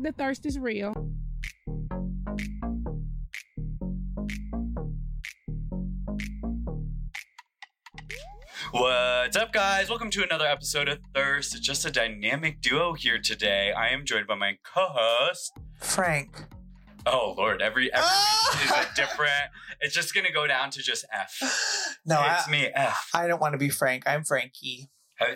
the thirst is real. What's up, guys? Welcome to another episode of Thirst. It's just a dynamic duo here today. I am joined by my co-host. Frank. Oh Lord, every every Ah! week is a different. It's just gonna go down to just F. No, it's I, me F. I don't want to be Frank. I'm Frankie. How-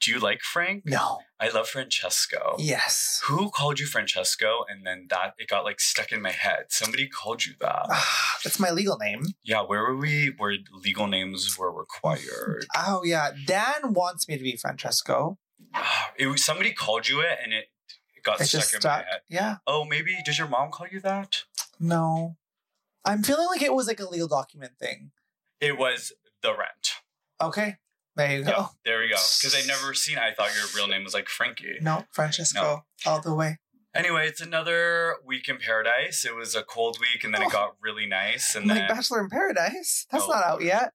Do you like Frank? No. I love Francesco. Yes. Who called you Francesco? And then that it got like stuck in my head. Somebody called you that. Ah, That's my legal name. Yeah, where were we? Where legal names were required. Oh yeah. Dan wants me to be Francesco. Ah, It was somebody called you it, and it got It's stuck just in my stuck. head. Yeah. Oh, maybe does your mom call you that? No. I'm feeling like it was like a legal document thing. It was the rent. Okay. There you go. Yeah, there we go. Because I never seen. I thought your real name was like Frankie. No, Francesco. All the way. Anyway, it's another week in paradise. It was a cold week, and then Oh. it got really nice, and like then Bachelor in Paradise. That's Oh. not out yet.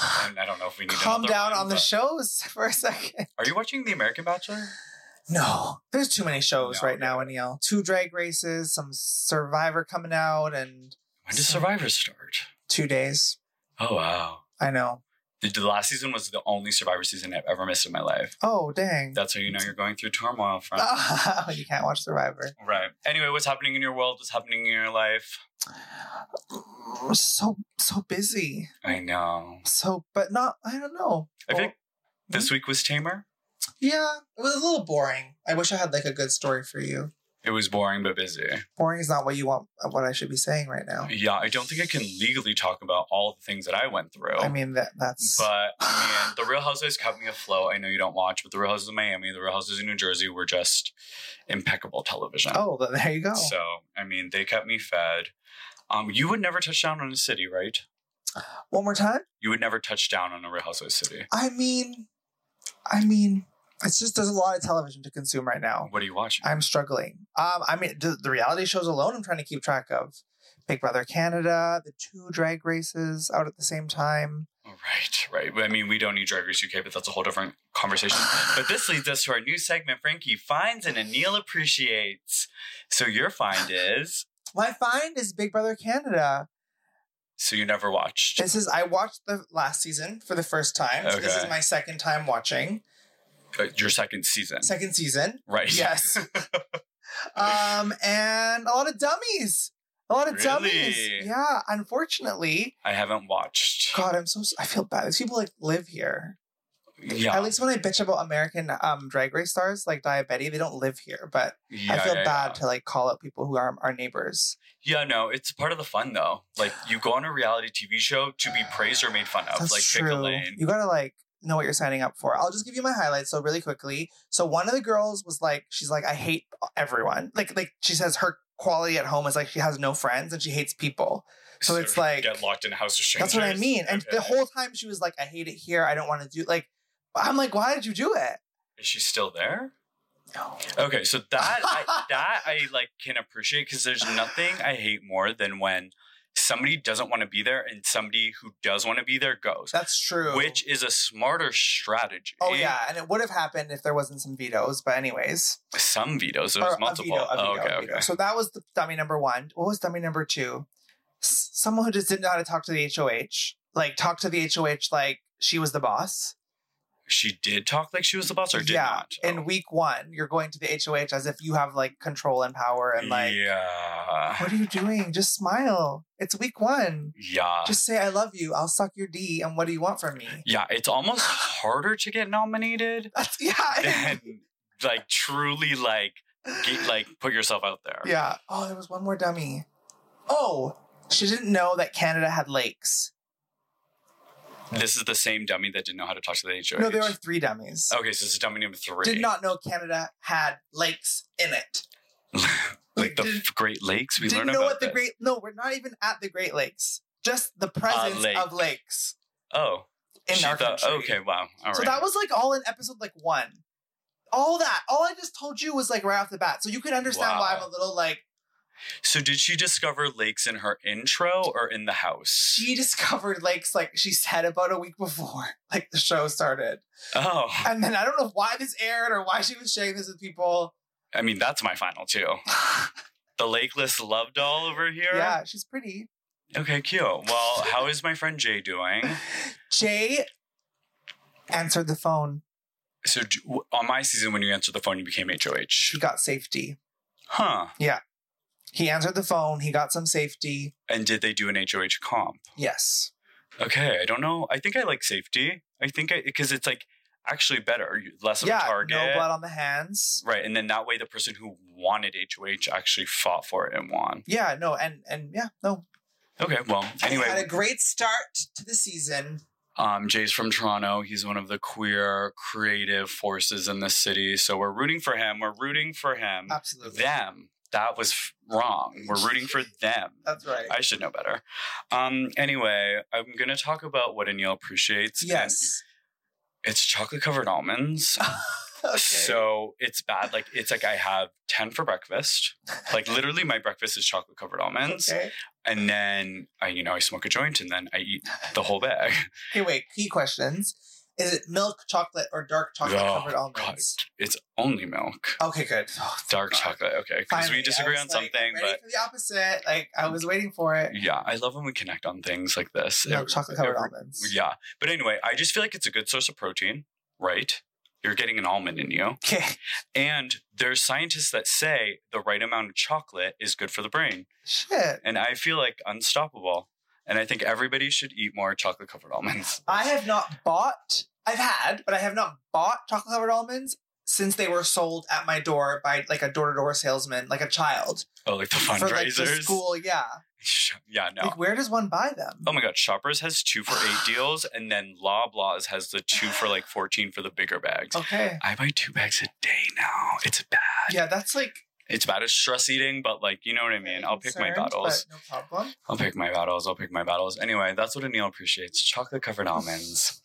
No. And I don't know if we need. Calm another down one, on the but- shows for a second. Are you watching The American Bachelor? No, there's too many shows No, right now, Anil. Two drag races, some Survivor coming out, and When does Survivor start? two days. Oh wow! I know. The, the last season was the only Survivor season I've ever missed in my life. Oh, dang. That's how you know you're going through turmoil, from. Oh, you can't watch Survivor. Right. Anyway, what's happening in your world? What's happening in your life? So so busy. I know. So, but not. I don't know. I Well, hmm? think this week was tamer. yeah, it was a little boring. I wish I had like a good story for you. It was boring but busy. Boring is not what you want. uh, What I should be saying right now. Yeah, I don't think I can legally talk about all the things that I went through. I mean that that's but I mean, The Real Housewives kept me afloat. I know you don't watch, but The Real Houses of Miami, The Real Houses of New Jersey were just impeccable television. oh, but there you go. So, I mean, they kept me fed. Um, you would never touch down on a city, right? One more time. You would never touch down on a Real Housewives city. I mean, I mean, it's just there's a lot of television to consume right now. What are you watching? Oh. I'm struggling. Um, I mean, the, the reality shows alone, I'm trying to keep track of Big Brother Canada, the two drag races out at the same time. Oh, Right, right. I mean, we don't need Drag Race UK, but that's a whole different conversation. but this leads us to our new segment, Frankie finds and Anil appreciates. So your find is My find is Big Brother Canada. so you never watched. This is I watched the last season for the first time. So this Okay. is my second time watching Uh, your second season. second season. right. Yes. um, and a lot of dummies. A lot of dummies. Really? Yeah. Unfortunately, I haven't watched. God, I'm so s- I feel bad. These people like live here. Yeah. At least when I bitch about American um drag race stars like Diabetti, they don't live here. But yeah, I feel yeah, bad Yeah. to like call out people who are our neighbors. Yeah, no, it's part of the fun though. Like you go on a reality TV show to be praised or made fun of. That's like pick a true. lane. You gotta like know what you're signing up for. I'll just give you my highlights so really quickly. So one of the girls was like, she's like, I hate everyone. Like like she says her quality at home is like she has no friends and she hates people. So it's like- get locked in a house of strangers. That's what I mean. And Okay. the whole time she was like, I hate it here. I don't want to do like. I'm like, why did you do it? Is she still there? No. Okay, so that I, that I like can appreciate because there's nothing I hate more than when somebody doesn't want to be there and somebody who does want to be there goes, That's true. which is a smarter strategy. Oh yeah, and it would have happened if there wasn't some vetoes. But anyways, some vetoes. Or There's a multiple. veto, a Oh, veto, okay, a okay. veto. So that was the dummy number one. What was dummy number two? S- someone who just didn't know how to talk to the HOH. Like talk to the HOH like she was the boss. She did talk like she was the boss, or did not. Oh. In week one, you're going to the HOH as if you have like control and power, and like, yeah, what are you doing? Just smile. It's week one. yeah, Just say I love you. I'll suck your D. And what do you want from me? Ah. yeah. It's almost harder to get nominated That's yeah. than like truly like get, like put yourself out there. Yeah. Oh, there was one more dummy. Oh, she didn't know that Canada had lakes. This is the same dummy that didn't know how to talk to the HOH. No, there were three dummies. Okay, so this is dummy number three. Did not know Canada had lakes in it. like the Did- f- Great Lakes. We Didn't learn know about what the this. Uh, Great. No, we're not even at the Great Lakes. Just the presence lake. of lakes Oh, in she our thought- country. okay, wow, all right. So that was like all in episode like one. All that, all I just told you was like right off the bat, so you can understand why Wow. I'm a little like. So did she discover lakes in her intro or in the house? She discovered lakes like she said about a week before, like the show started. Oh, And then I don't know why this aired or why she was sharing this with people. I mean, that's my final two. the Lakeless Love Doll over here. Yeah, she's pretty. Okay, cute. Well, how is my friend Jay doing? Jay answered the phone. So d- w- on my season, when you answered the phone, you became He HOH. got safety. Huh. He answered the phone. He got some safety. And did they do an HOH comp? Yes. Okay, I don't know. I think I like safety. I think I because it's like actually better, you- less of yeah. a target. No blood on the hands. Right, and then that way the person who wanted HOH actually fought for it and won. Yeah. No. And and yeah. No. Okay, well, anyway, They had a great start to the season. Um, Jay's from Toronto. He's one of the queer creative forces in this city. So we're rooting for him. We're rooting for him. Absolutely. Them. That was f- wrong. We're rooting for them. That's right. I should know better. Um, anyway, I'm going to talk about what Anil appreciates. and yes. It's chocolate covered almonds. Okay. So it's bad. Like, it's like I have 10 for breakfast. Like, literally, my breakfast is chocolate covered almonds. Okay. And then I, you know, I smoke a joint and then I eat the whole bag. Okay. Wait. Key questions. Is it milk chocolate or dark chocolate Oh, covered almonds? It's only milk. Okay. Good. Oh, thank dark God. chocolate. Okay, because we Finally, I disagree was on like, something, ready but for the opposite. Like I was waiting for it. yeah, I love when we connect on things like this. Milk Every- chocolate covered every- almonds. Yeah, but anyway, I just feel like it's a good source of protein, right? You're getting an almond in you, Okay. and there's scientists that say the right amount of chocolate is good for the brain, Shit. and I feel like unstoppable. And I think everybody should eat more chocolate covered almonds. I have not bought. I've had, but I have not bought chocolate covered almonds since they were sold at my door by like a door to door salesman, like a child oh, like the for like the fundraisers. school. Yeah. yeah, no. Like where does one buy them? Oh my god, Shoppers has two for eight deals, and then Loblaws has the two for like fourteen for the bigger bags. Okay. I buy two bags a day now. It's bad. Yeah, that's like. It's bad as stress eating, but like you know what I mean. I'll pick my concerns, battles. but No problem. I'll pick my battles. I'll pick my battles. Anyway, that's what Anil appreciates: chocolate covered almonds.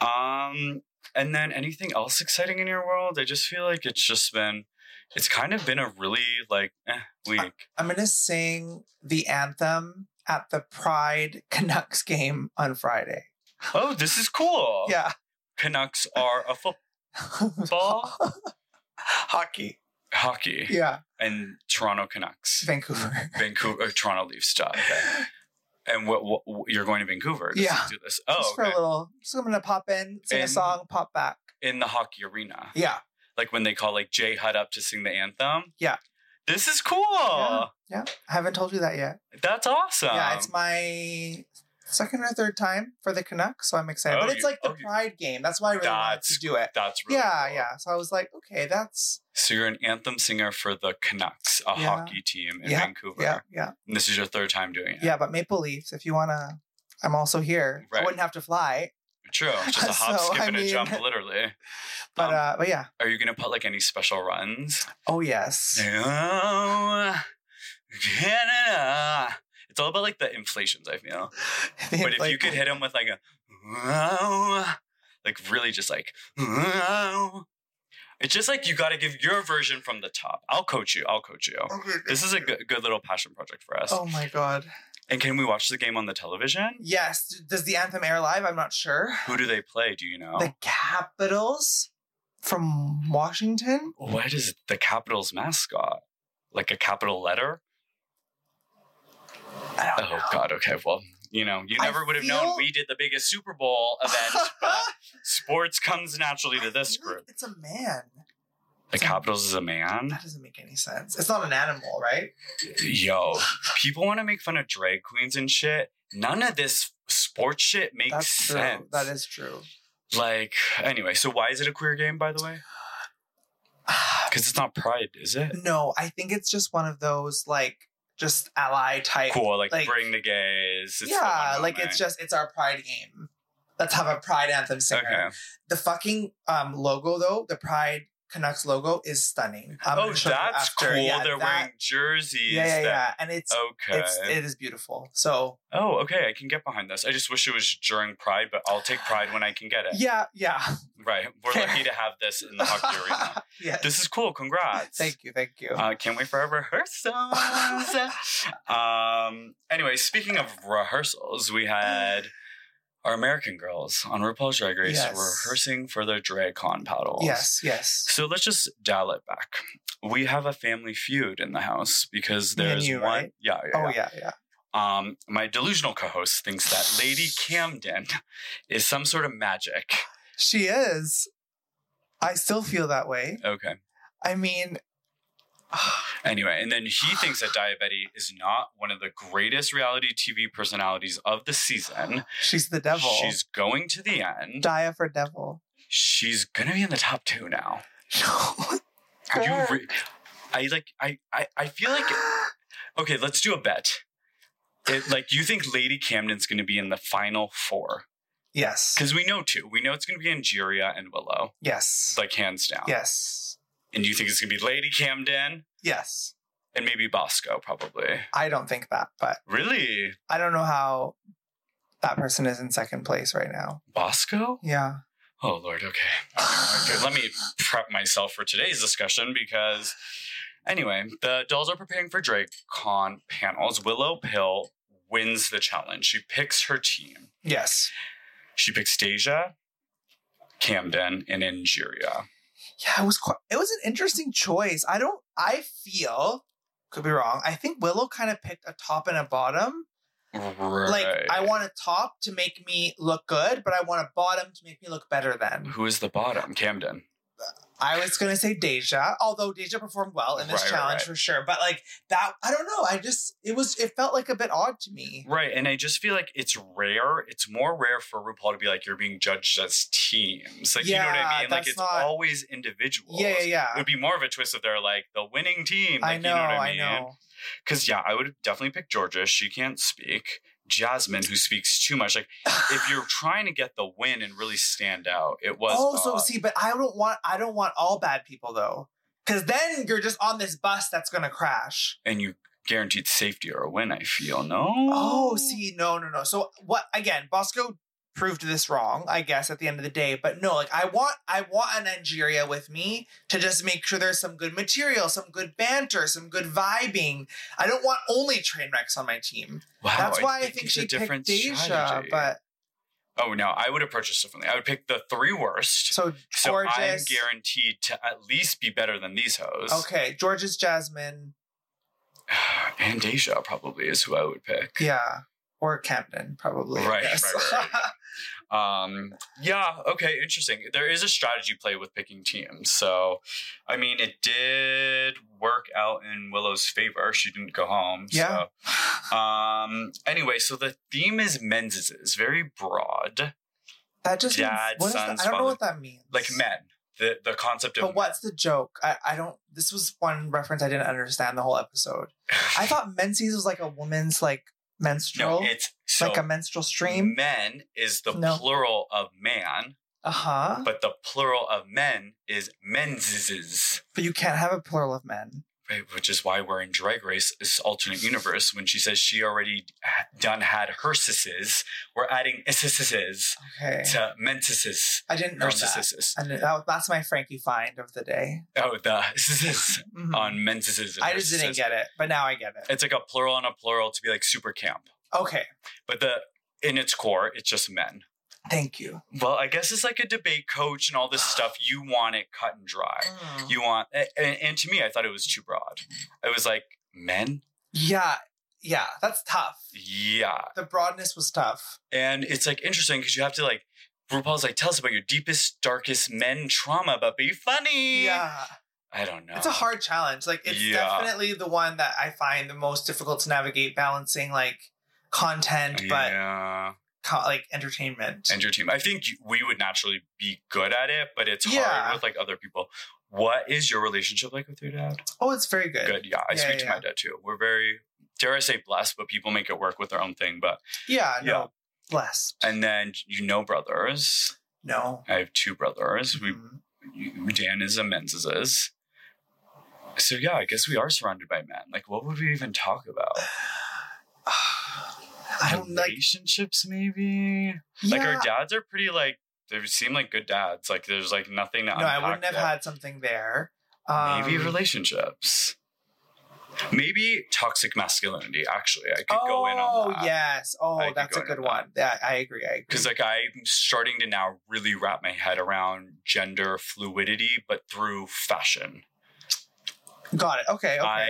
Um, and then anything else exciting in your world? I just feel like it's just been, it's kind of been a really like eh, week. I'm gonna sing the anthem at the Pride Canucks game on Friday. Oh, this is cool. Yeah. Canucks are a football Ball? Hockey. hockey Yeah. and Toronto Canucks, Vancouver. Vancouver, uh, Toronto Leafs stuff. And what, what, what- you're going to Vancouver? to Yeah. Do this. Oh, just for okay. a little. Just I'm gonna pop in, sing a And- song, pop back. in the hockey arena. Yeah. Like when they call like Jay Hutt up to sing the anthem. Yeah. This is cool. Yeah. I haven't told you that yet. That's awesome. yeah, it's my second or third time for the Canucks, so I'm excited. Oh, but it's you- like the oh, you- Pride game. That's why I really wanted That's to do it. That's really yeah, cool. yeah. So I was like, okay, that's So you're an anthem singer for the Canucks, a Yeah. hockey team in Yeah, Vancouver. yeah, yeah, And this is your third time doing it. yeah. But Maple Leafs, if you wanna, I'm also here. Right. I wouldn't have to fly, True. Just a hop, So, skip, I and a mean- jump, literally. but Um, uh, but yeah. Are you gonna put like any special runs? Oh yes. Oh, Canada. It's all about like the inflations, I feel. but if you could hit him with like a "Wow," like really just like "Wow." it's just like you got to give your version from the top i'll coach you i'll coach you this is a good, good little passion project for us Oh my god. and can we watch the game on the television Yes. Does the anthem air live? I'm not sure. who do they play do you know The Capitals from Washington. what is the capitals mascot like a capital letter I don't oh god okay well you know you I never would have feel- known we did the biggest super bowl event but sports comes naturally to this I feel like group It's a man. the capitals is a man That doesn't make any sense. It's not an animal, right? Yo, people want to make fun of drag queens and shit. None of this sports shit makes sense. true. That is true. like anyway. So why is it a queer game, by the way? Because it's not Pride, is it? no, I think it's just one of those like just ally type. Cool, like, Like- bring the gays. It's the yeah, one like moment. it's just it's our pride game. Let's have a pride anthem singer. okay. The fucking um, logo though, the pride Canucks logo is stunning. Um, I'm Oh, gonna show you that's after. cool. Yeah, They're that- wearing jerseys. Yeah, yeah, that- yeah. And it's Okay. it's it is beautiful. So oh, okay. I can get behind this. I just wish it was during Pride, but I'll take Pride when I can get it. yeah, yeah. Right. We're Fair. lucky to have this in the hockey arena. yes. This is cool. Congrats. Thank you, thank you. Uh, can't wait for our rehearsals. um, anyway, speaking of rehearsals, we had our American girls on RuPaul's Drag Race Yes. were rehearsing for their drag con paddles. Yes, yes. So let's just dial it back. We have a family feud in the house because Me and there's you, one. right? Yeah, yeah, Oh yeah. yeah, yeah. Um, my delusional co-host thinks that Lady Camden is some sort of magic. She is. I still feel that way. Okay. I mean, Anyway, and then he thinks that Diabetti is not one of the greatest reality TV personalities of the season. she's the devil. She's going to the end. Dia for devil. She's gonna be in the top two now. You, Girl. re- I like. I, I I feel like. Okay, let's do a bet. It, like you think Lady Camden's gonna be in the final four? yes, Because we know two. We know it's gonna be Angeria and Willow, yes, like hands down. yes, And you think it's gonna be Lady Camden yes. and maybe Bosco, probably. I don't think that, but Really, I don't know how that person is in second place right now. Bosco? Yeah. Oh Lord, okay. Okay, let me prep myself for today's discussion because anyway, the dolls are preparing for Drake Con panels. Willow Pill wins the challenge. She picks her team. yes. She picks Deja, Camden, and Injuria. Yeah, it was quite, it was an interesting choice. I don't I feel could be wrong. I think Willow kind of picked a top and a bottom. Right. Like I want a top to make me look good, but I want a bottom to make me look better than. Who is the bottom? Camden. I was gonna say Deja, although Deja performed well in this Right, right, challenge right. for sure. But like that I don't know. I just it was it felt like a bit odd to me. Right, and I just feel like it's rare. It's more rare for RuPaul to be like you're being judged as teams. Like you know what Yeah, I mean? Like that's it's not- always individuals. Yeah, yeah, It yeah. would be more of a twist if they're like the winning team. Like, I know, you know what I, I mean? know. Because yeah, I would definitely pick Georgia. She can't speak. Jasmine, who speaks too much. Like if you're trying to get the win and really stand out, it was. Oh, so odd. see, but I don't want I don't want all bad people though. Cause then you're just on this bus that's gonna crash. and you guaranteed safety or a win. I feel no. Oh, see, no, no, no. So what again, Bosco proved this wrong, I guess, at the end of the day. But no, like I want I want a Nigeria with me to just make sure there's some good material, some good banter, some good vibing. I don't want only train wrecks on my team. Wow, That's why I think, Oh, it's she a picked different Deja, strategy. but oh no, I would approach this differently. I would pick the three worst. so So I'm George's guaranteed to at least be better than these hoes. Okay, George's Jasmine. And Deja probably is who I would pick. Yeah. Or Camden, probably. I Right, guess. right, right, right. Um, yeah, okay, interesting. There is a strategy play with picking teams. So, I mean, it did work out in Willow's favor. She didn't go home. Yeah. So. Um, anyway, so the theme is men's. It's very broad. that just means, Dad, what is that? son's I don't know father. what that means. Like men. The the concept of But what's the joke? I, I don't. This was one reference I didn't understand the whole episode. I thought menses was like a woman's like menstrual, No, it's so Mm. like a menstrual stream. men is the No. plural of man, Uh huh. but But, the plural of men is men's. you can't have a plural of men. Right, which is why we're in Drag Race, this alternate universe. When she says she already ha- done had her sisses, we're adding isses Okay. to mentises. I didn't know Her that. sisses. And that, that's my Frankie find of the day. Oh, the sisses Mhm. on mentises. and I her just didn't sisses. get it, but now I get it. It's like a plural on a plural to be like super camp, Okay. but the in its core, it's just men. Thank you. Well, I guess it's like a debate coach and all this stuff. You want it cut and dry. Mm. You want, a- and, and to me, I thought it was too broad. I was like, men, Yeah. Yeah. That's tough. yeah, The broadness was tough. And it's like interesting because you have to like RuPaul's like, tell us about your deepest, darkest men trauma, but be funny. Yeah. I don't know. It's a hard challenge. Like it's Yeah. definitely the one that I find the most difficult to navigate balancing like content but yeah. co- like entertainment. and your team. I think you- we would naturally be good at it, but it's Yeah. hard with like other people. What is your relationship like with your dad? oh, it's very good. Good. Yeah. I Yeah, speak to yeah, my dad too. We're very dare I say blessed, but people make it work with their own thing. But Yeah, no. Yeah. Blessed. and then you know brothers. no. I have two brothers. We Mhm. Dan is a menses. So yeah, I guess we are surrounded by men. Like, what would we even talk about? I don't like relationships, maybe. Like yeah. our dads are pretty like they seem like good dads. Like there's like nothing to No, I wouldn't unpack have there. had something there. Um, maybe relationships. Maybe toxic masculinity. Actually, I could go in on Oh that. yes. Oh, I could that's go a into good that. one. Yeah, I agree. I agree. Because like I'm starting to now really wrap my head around gender fluidity, but through fashion. Got it. Okay. Okay. I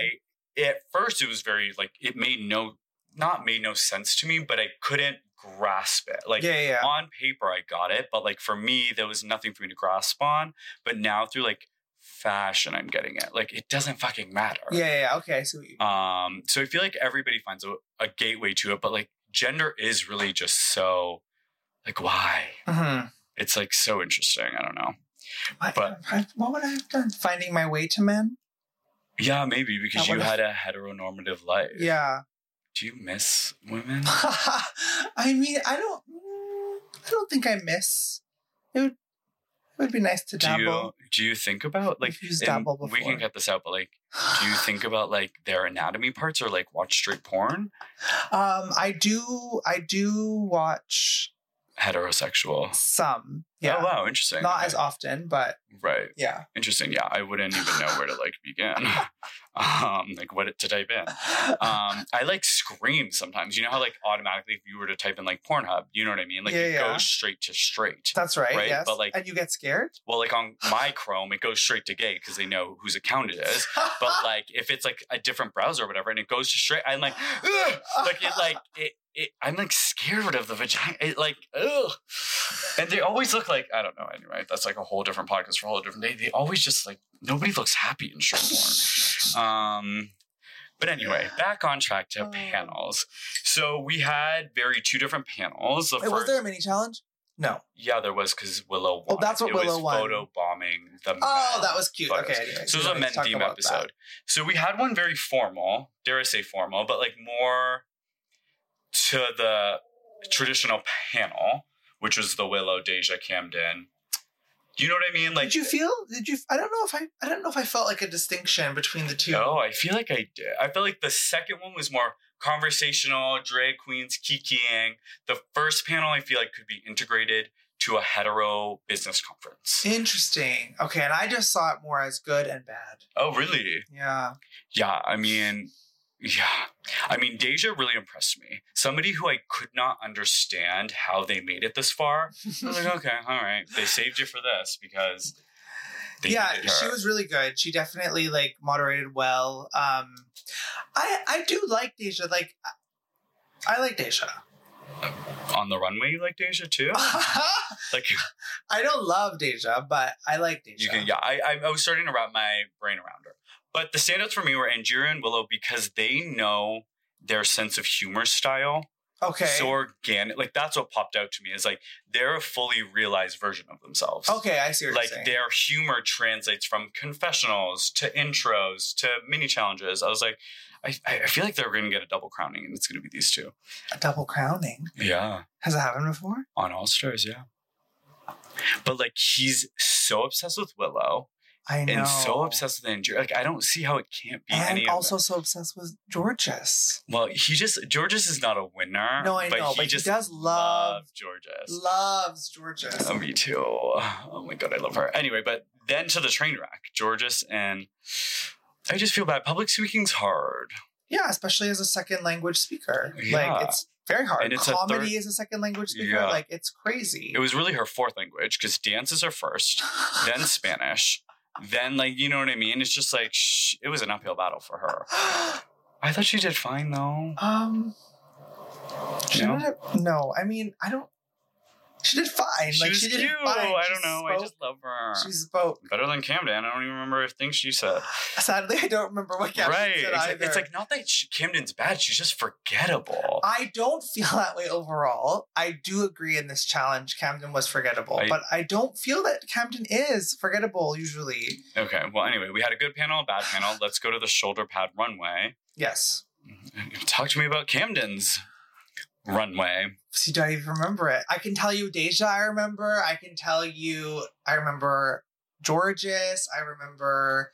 at first it was very like it made no not made no sense to me, but I couldn't grasp it. Like yeah, yeah, yeah. on paper I got it, but like for me there was nothing for me to grasp on. But now through like fashion I'm getting it. Like it doesn't fucking matter. yeah, yeah, yeah. Okay. So Um so I feel like everybody finds a, a gateway to it, but like gender is really just so like why? Mhm. It's like so interesting. I don't know. What- but- what would I have done? Finding my way to men? Yeah, maybe because That you would've- had a heteronormative life. Yeah. Do you miss women? I mean, I don't. I don't think I miss. It would. It would be nice to do you dabble. do you think about like We've used and dabble we can before. cut this out but like do you think about like their anatomy parts or like watch straight porn Um, I do. I do watch heterosexual some. Yeah. oh wow interesting Not Okay. as often, but right yeah. interesting yeah i wouldn't even know where to like begin um like what to type in um i like scream sometimes you know how like automatically if you were to type in like pornhub you know what i mean like Yeah, it yeah. goes straight to straight That's right. right, Yes. but, like- and you get scared. well like on my chrome it goes straight to gay because they know whose account it is but like if it's like a different browser or whatever and it goes to straight i'm like "Ugh!" like it like it, it i'm like scared of the vagina it like ugh and they always look like i don't know anyway that's like a whole different podcast for a whole different day they always just like nobody looks happy in short porn um but anyway back on track to Oh. panels so we had very two different panels the Wait, was first, there a mini challenge? No. yeah there was because willow won. Oh, that's what it Willow was won. photo bombing the Oh, men that was cute. photos. Okay. anyway, so we it was don't a need men to talk theme about that. episode. So we had one very formal, dare I say formal, but like more to the traditional panel, which was the Willow, Deja, Camden. You know what I mean? Like, did you feel? Did you? I don't know if I. I don't know if I felt like a distinction between the two. oh, I feel like I did. I feel like the second one was more conversational, drag queens, kikiing. The first panel, I feel like, could be integrated to a hetero business conference. Interesting. Okay, and I just saw it more as good and bad. Oh, really? Yeah. Yeah, I mean, yeah. I mean, Deja really impressed me. Somebody who I could not understand how they made it this far. I was like, okay, all right. They saved you for this because they yeah, needed her. she was really good. She definitely like moderated well. Um, I I do like Deja. Like, I- I like Deja. on the runway. You like Deja too? I Like don't love Deja, but I like Deja. you can. Yeah, I, I I was starting to wrap my brain around her. But the standouts for me were Angira and Willow because they know their sense of humor style Okay. so organic. Like that's what popped out to me is like they're a fully realized version of themselves. okay, I see what like you're saying. their humor translates from confessionals to intros to mini challenges. I was like, I, I feel like they're going to get a double crowning, and it's going to be these two. A double crowning Yeah, has it happened before? on All Stars, yeah. But like, he's so obsessed with Willow I know. and so obsessed with Andrew. Like, I don't see how it can't be and any also of. so obsessed with Georges. Them. Well, he just Georges is not a winner. No, I know, but he does love- loved Georges. Loves Georges. Oh, me too. Oh my god, I love her. Anyway, but then to the train wreck, Georges and I just feel bad. Public speaking's hard. Yeah, especially as a second language speaker. Yeah. Like it's very hard. And it's a Comedy third- is a second language speaker. Yeah. Like it's crazy. It was really her fourth language because dances are first, then Spanish, then like you know what I mean. It's just like sh- it was an uphill battle for her. I thought she did fine though. um she No? didn't- no, I mean I don't she did fine. she like was she did cute. fine. I She don't know. I spoke- just love her. she spoke. Better than Camden. I don't even remember if things she said. Sadly, I don't remember what caption right. said It's, either. it's like not that she, Camden's bad. She's just forgettable. I don't feel that way overall. I do agree in this challenge, Camden was forgettable, I- but I don't feel that Camden is forgettable usually. Okay. Well, anyway, we had a good panel, a bad panel. Let's go to the shoulder pad runway. Yes. Talk to me about Camden's runway. See, don't even remember it. I can tell you Deja, I remember. I can tell you, I remember Georges. I remember.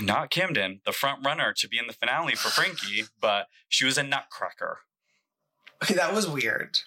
Not Camden, the front runner to be in the finale for Frankie, but she was a nutcracker. Okay, that was weird.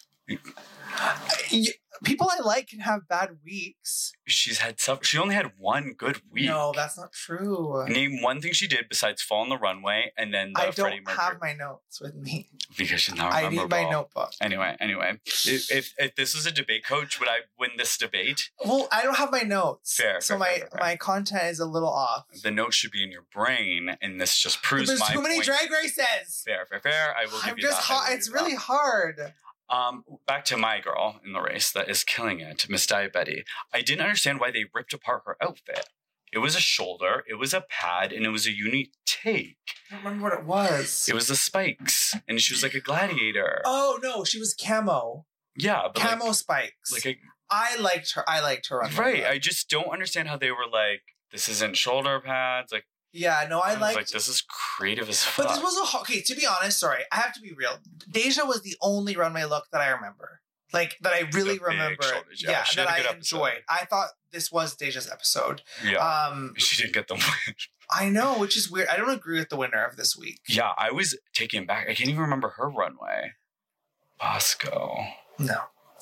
You- People I like can have bad weeks. She's had some. She only had one good week. No, that's not true. Name one thing she did besides fall on the runway and then the I Freddie don't Mercury. have my notes with me. because she's not I need rememberable. my notebook. Anyway, anyway, if, if if this was a debate coach, would I win this debate? Well, I don't have my notes. Fair, So fair, my fair, fair, fair. my content is a little off. The note should be in your brain, and this just proves There's my too many point. drag races. fair, fair, fair. I will give I'm you just that. I hot. will It's give you really that. hard. Um, back to my girl in the race that is killing it, Miss Diabetti. I didn't understand why they ripped apart her outfit. It was a shoulder, it was a pad, and it was a unique take. I don't remember what it was. It was the spikes, and she was like a gladiator. oh no, she was camo. yeah, but Camo like, spikes. like a I liked her. I liked her on the Right. look. I just don't understand how they were like, this isn't shoulder pads. Like, yeah. No, I I was liked. like, this is creative as fuck. but this was a ho- okay. To be honest, sorry, I have to be real. Deja was the only runway look that I remember. Like that, I really big remember. shoulders, yeah. Yeah, She that had a I good enjoyed. episode. I thought this was Deja's episode. yeah. Um, she didn't get the win. I know, which is weird. I don't agree with the winner of this week. yeah, I was taken back. I can't even remember her runway. Bosco. No,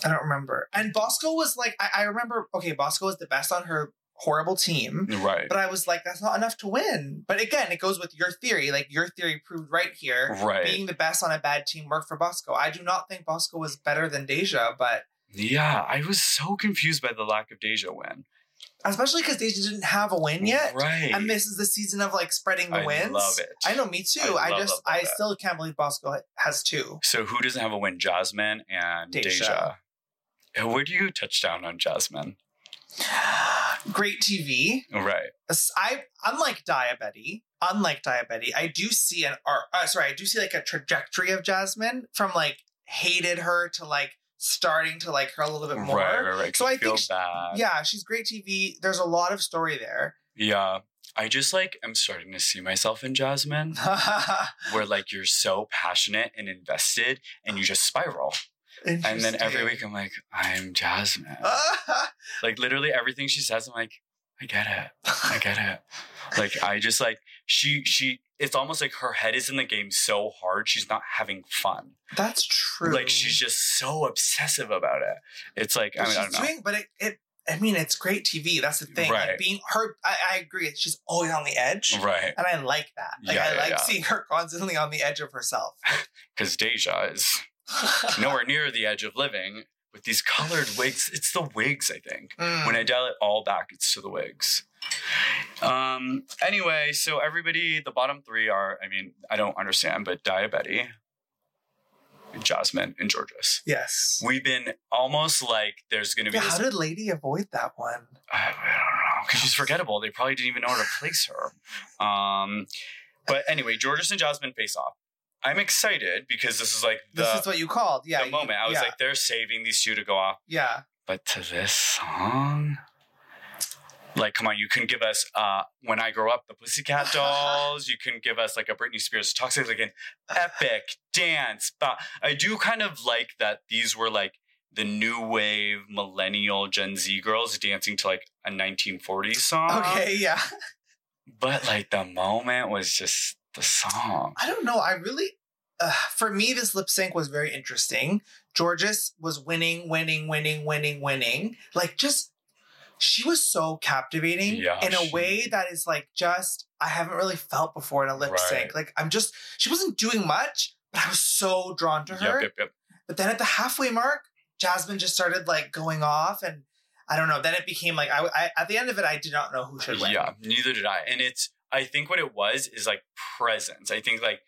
I don't remember. And Bosco was like, I, I remember. Okay, Bosco was the best on her horrible team, Right. but I was like, that's not enough to win. But again, it goes with your theory. Like your theory proved right here. Right. Being the best on a bad team worked for Bosco. I do not think Bosco was better than Deja, but yeah, I was so confused by the lack of Deja win. especially because Deja didn't have a win yet. Right. And this is the season of like spreading the I wins. love it. I know, me too. I I, love, just, love, love I that. still can't believe Bosco has two. so who doesn't have a win? Jasmine and Deja. Deja. Uh, Where do you touch down on Jasmine? Great TV. Right. I unlike diabetes, unlike diabetes, I do see an art. Uh, sorry, I do see like a trajectory of Jasmine from like hated her to like starting to like her a little bit more. Right, right, right. So I feel think she- bad. Yeah, she's great TV. There's a lot of story there. Yeah. I just like I'm starting to see myself in Jasmine where like you're so passionate and invested and you just spiral. And then every week I'm like, I'm Jasmine. Uh, Like literally everything she says, I'm like, I get it. I get it. Like I just like she she it's almost like her head is in the game so hard she's not having fun. That's true. Like she's just so obsessive about it. It's like I But mean she's I don't know. doing, but it, it. I mean, it's great TV. That's the thing. Right. Like being her, I, I agree. She's always on the edge, Right. and I like that. Like Yeah, I yeah, like yeah. seeing her constantly on the edge of herself. Because Deja is nowhere near the edge of living with these colored wigs. It's the wigs, I think. Mm. When I dial it all back, it's to the wigs. Um. Anyway, so everybody, the bottom three are. I mean, I don't understand, but Diabetti, Jasmine, and Georges. yes. We've been almost like there's going to be Yeah, how this. did Lady avoid that one? I, I don't know because she's forgettable. They probably didn't even know where to place her. Um. But anyway, Georges and Jasmine face off. I'm excited because this is like the, this is what you called. Yeah. the you- moment. I was yeah, like, they're saving these two to go off. yeah. But to this song? Like, come on, you can give us uh When I Grow Up, the Pussycat Dolls. you can give us like a Britney Spears Toxic, like an epic dance. But I do kind of like that these were like the new wave millennial Gen Z girls dancing to like a 1940s song. Okay. Yeah. But like the moment was just the song. I don't know. I really, uh, for me, this lip sync was very interesting. Georges was winning, winning, winning, winning, winning. Like just, she was so captivating Yeah, in a she- way that is like just I haven't really felt before in a lip sync. Right. Like I'm just, she wasn't doing much, but I was so drawn to Yep, her. yep, yep. But then at the halfway mark, Jasmine just started like going off, and I don't know. Then it became like I, I at the end of it, I did not know who should win. Uh, Yeah, neither did I. And it's I think what it was is like presence. I think like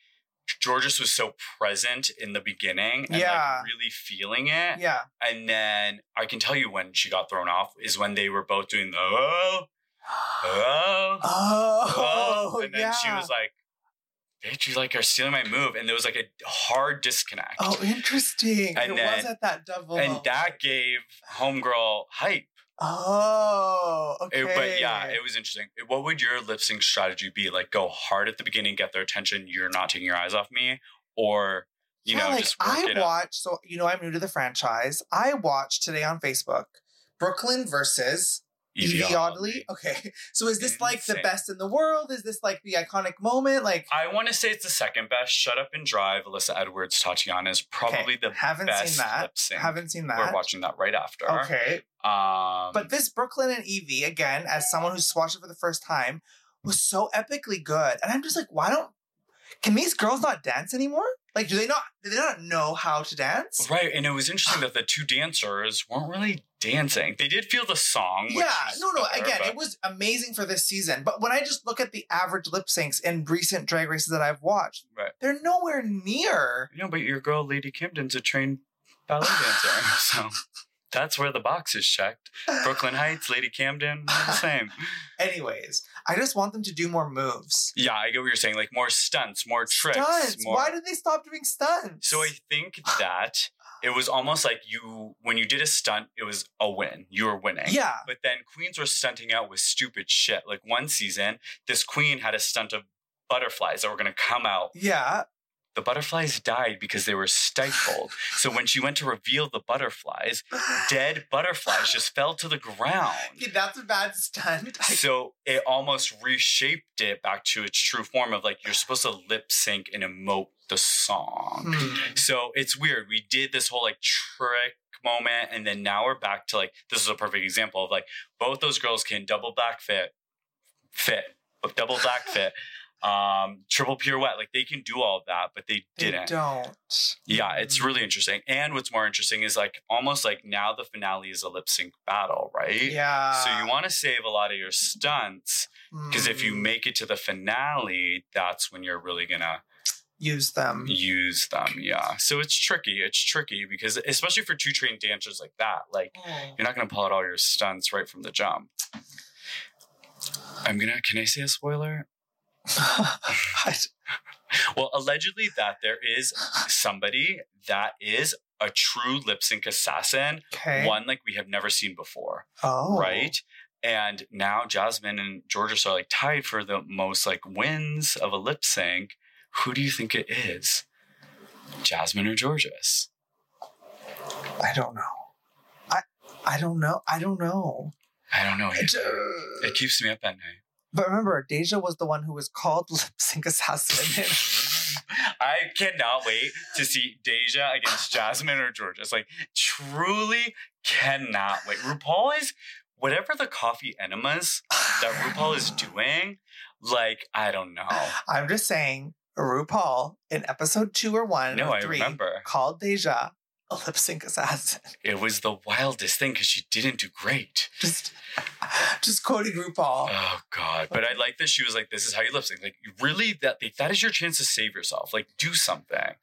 Georges was so present in the beginning and Yeah. like really feeling it. yeah. And then I can tell you when she got thrown off is when they were both doing the oh, oh, oh, Oh, and then yeah. she was like, Bitch, you like are stealing my move. And there was like a hard disconnect. oh, interesting. And it then- was at that double. And that gave Homegirl hype. Oh, okay. It- but yeah, it was interesting. What would your lip sync strategy be? Like, go hard at the beginning, get their attention. You're not taking your eyes off me, or you yeah, know, like just work I it out. watched. So you know, I'm new to the franchise. I watched today on Facebook Brooklyn versus Evie Oddly. Okay. So is this like the Insane. best in the world? Is this like the iconic moment? Like I want to say it's the second best. Shut Up and Drive, Alyssa Edwards, Tatiana is probably okay, the haven't best seen that. lip sync. Haven't seen that. We're watching that right after. Okay. Um, But this Brooklyn and Evie, again, as someone who's watched it for the first time, Mm. was so epically good. And I'm just like, why don't can these girls not dance anymore? Like, do they not do they not know how to dance? Right, and it was interesting that the two dancers weren't really dancing. They did feel the song. Which Yeah, was no, no. better, again, but- it was amazing for this season. But when I just look at the average lip syncs in recent drag races that I've watched, Right. they're nowhere near. No, but your girl Lady Camden's a trained ballet dancer, so that's where the box is checked. Brooklyn Heights, Lady Camden, they're the same. Anyways, I just want them to do more moves. Yeah, I get what you're saying. Like more stunts, more tricks, stunts. more. Why did they stop doing stunts? so I think that it was almost like you when you did a stunt, it was a win. You were winning. yeah, But then queens were stunting out with stupid shit. Like one season, this queen had a stunt of butterflies that were going to come out yeah. The butterflies died because they were stifled. so when she went to reveal the butterflies, dead butterflies just fell to the ground. Okay, that's a bad stunt. I So it almost reshaped it back to its true form of like you're supposed to lip sync and emote the song. Hmm. So it's weird. We did this whole like trick moment, and then now we're back to like this is a perfect example of like both those girls can double back fit, fit, double back fit, um, triple pirouette. Like they can do all of that, but they They didn't. don't. Yeah, it's Mm. really interesting. And what's more interesting is like almost like now the finale is a lip sync battle, right? Yeah. So you want to save a lot of your stunts because if you Hmm. make it to the finale, that's when you're really gonna use them, use them. Yeah. So it's tricky. It's tricky because especially for two trained dancers like that, like Oh. you're not gonna pull out all your stunts right from the jump. I'm gonna. Can I say a spoiler? Well, allegedly that there is somebody that is a true lip sync assassin okay. one like we have never seen before, Oh. right? And now Jasmine and Georges are like tied for the most like wins of a lip sync. Who do you think it is? Jasmine or Georges? I don't know. I I don't know. I don't know. I don't know. It, it It- keeps me up at night. But remember, Deja was the one who was called lip sync assassin. I cannot wait to see Deja against Jasmine or Georges. Like, truly cannot wait. RuPaul is whatever the coffee enemas that RuPaul is doing. Like, I don't know. I'm just saying, RuPaul in episode two or one No, or I three remember. called Deja a lip sync assassin. It was the wildest thing because she didn't do great. Just just quoting RuPaul. Oh God! But I like that she was like, "This is how you lip sync." Like, really, that that is your chance to save yourself. Like, do something.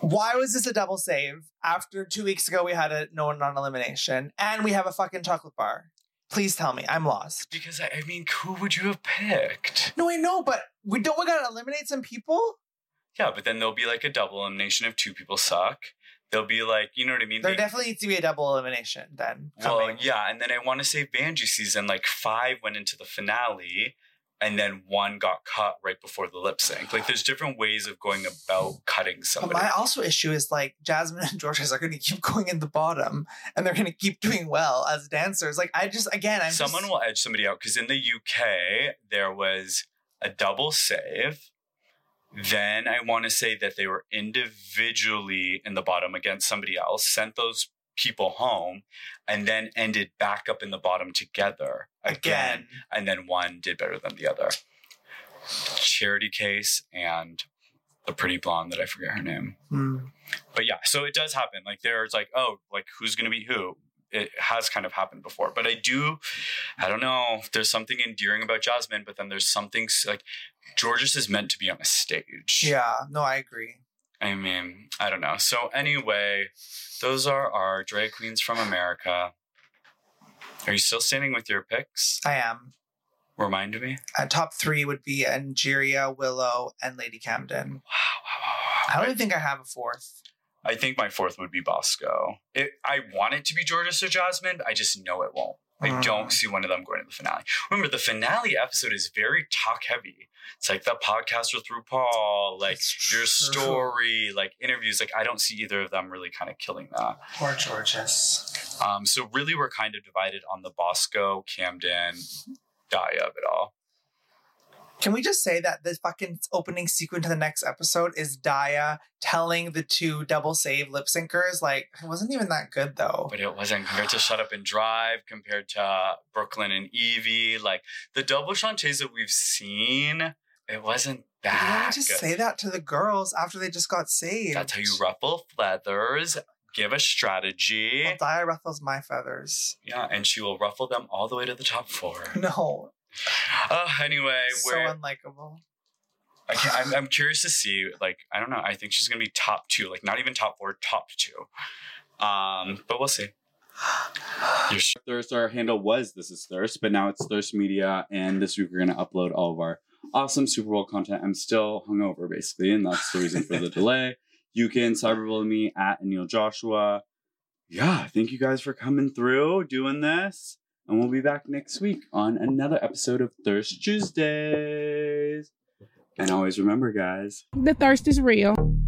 Why was this a double save? After two weeks ago, we had a no one on elimination, and we have a fucking chocolate bar. Please tell me, I'm lost. Because I, I mean, who would you have picked? No, I know, but we don't. We gotta eliminate some people. Yeah, but then there'll be like a double elimination of two people suck. There'll be like, you know what I mean? There They- definitely needs to be a double elimination then. well, Coming. Mm-hmm. Oh, yeah, and then I want to say Banji season like five went into the finale, and then one got cut right before the lip sync. Like, there's different ways of going about cutting But somebody. my also issue is like Jasmine and Georges are going to keep going in the bottom, and they're going to keep doing well as dancers. Like I just again, I'm Someone just, will edge somebody out because in the UK there was a double save. Then I want to say that they were individually in the bottom against somebody else, sent those people home, and then ended back up in the bottom together again. again. And then one did better than the other. Charity Case and the pretty blonde that I forget her name Hmm. but yeah, so it does happen. Like there's like, oh, like who's gonna be who? It has kind of happened before. But I do, I don't know. There's something endearing about Jasmine, but then there's something s- like Georges is meant to be on a stage. Yeah, no, I agree. I mean, I don't know. So anyway, those are our drag queens from America. Are you still standing with your picks? I am. Remind me. Uh, top three would be Angeria, Willow, and Lady Camden. Wow, wow, wow, wow, I wow. don't even think I have a fourth. I, think my fourth would be Bosco. It, I want it to be Georges or Jasmine. I just know it won't. Mm. I don't see one of them going to the finale. Remember, the finale episode is very talk heavy. It's like the podcast with RuPaul, like That's your true. story, like interviews. Like I don't see either of them really kind of killing that. Poor Georges. Um, so really, we're kind of divided on the Bosco Camden die of it all. Can we just say that the fucking opening sequence to the next episode is Daya telling the two double save lip syncers? Like, it wasn't even that good though. But it wasn't compared to Shut Up and Drive, compared to uh, Brooklyn and Evie. Like the double Shantays that we've seen, it wasn't Why that. don't you just good. say that to the girls after they just got saved? That's how you ruffle feathers. Give a strategy. Well, Daya ruffles my feathers. yeah, and she will ruffle them all the way to the top four. No, Uh, anyway, so we're unlikable. I can't, I'm, I'm curious to see. Like, I don't know. I think she's gonna be top two. Like, not even top four, top two. Um, but we'll see. You're sh- Thirst, our handle was This Is Thirst, but now it's Thirst Media, and this week we're going to upload all of our awesome Super Bowl content. I'm still hungover, basically, and that's the reason for the delay. You can cyberbully me at Neil Joshua. Yeah, thank you guys for coming through, doing this, and we'll be back next week on another episode of Thirst Tuesdays. And always remember, guys. The thirst is real.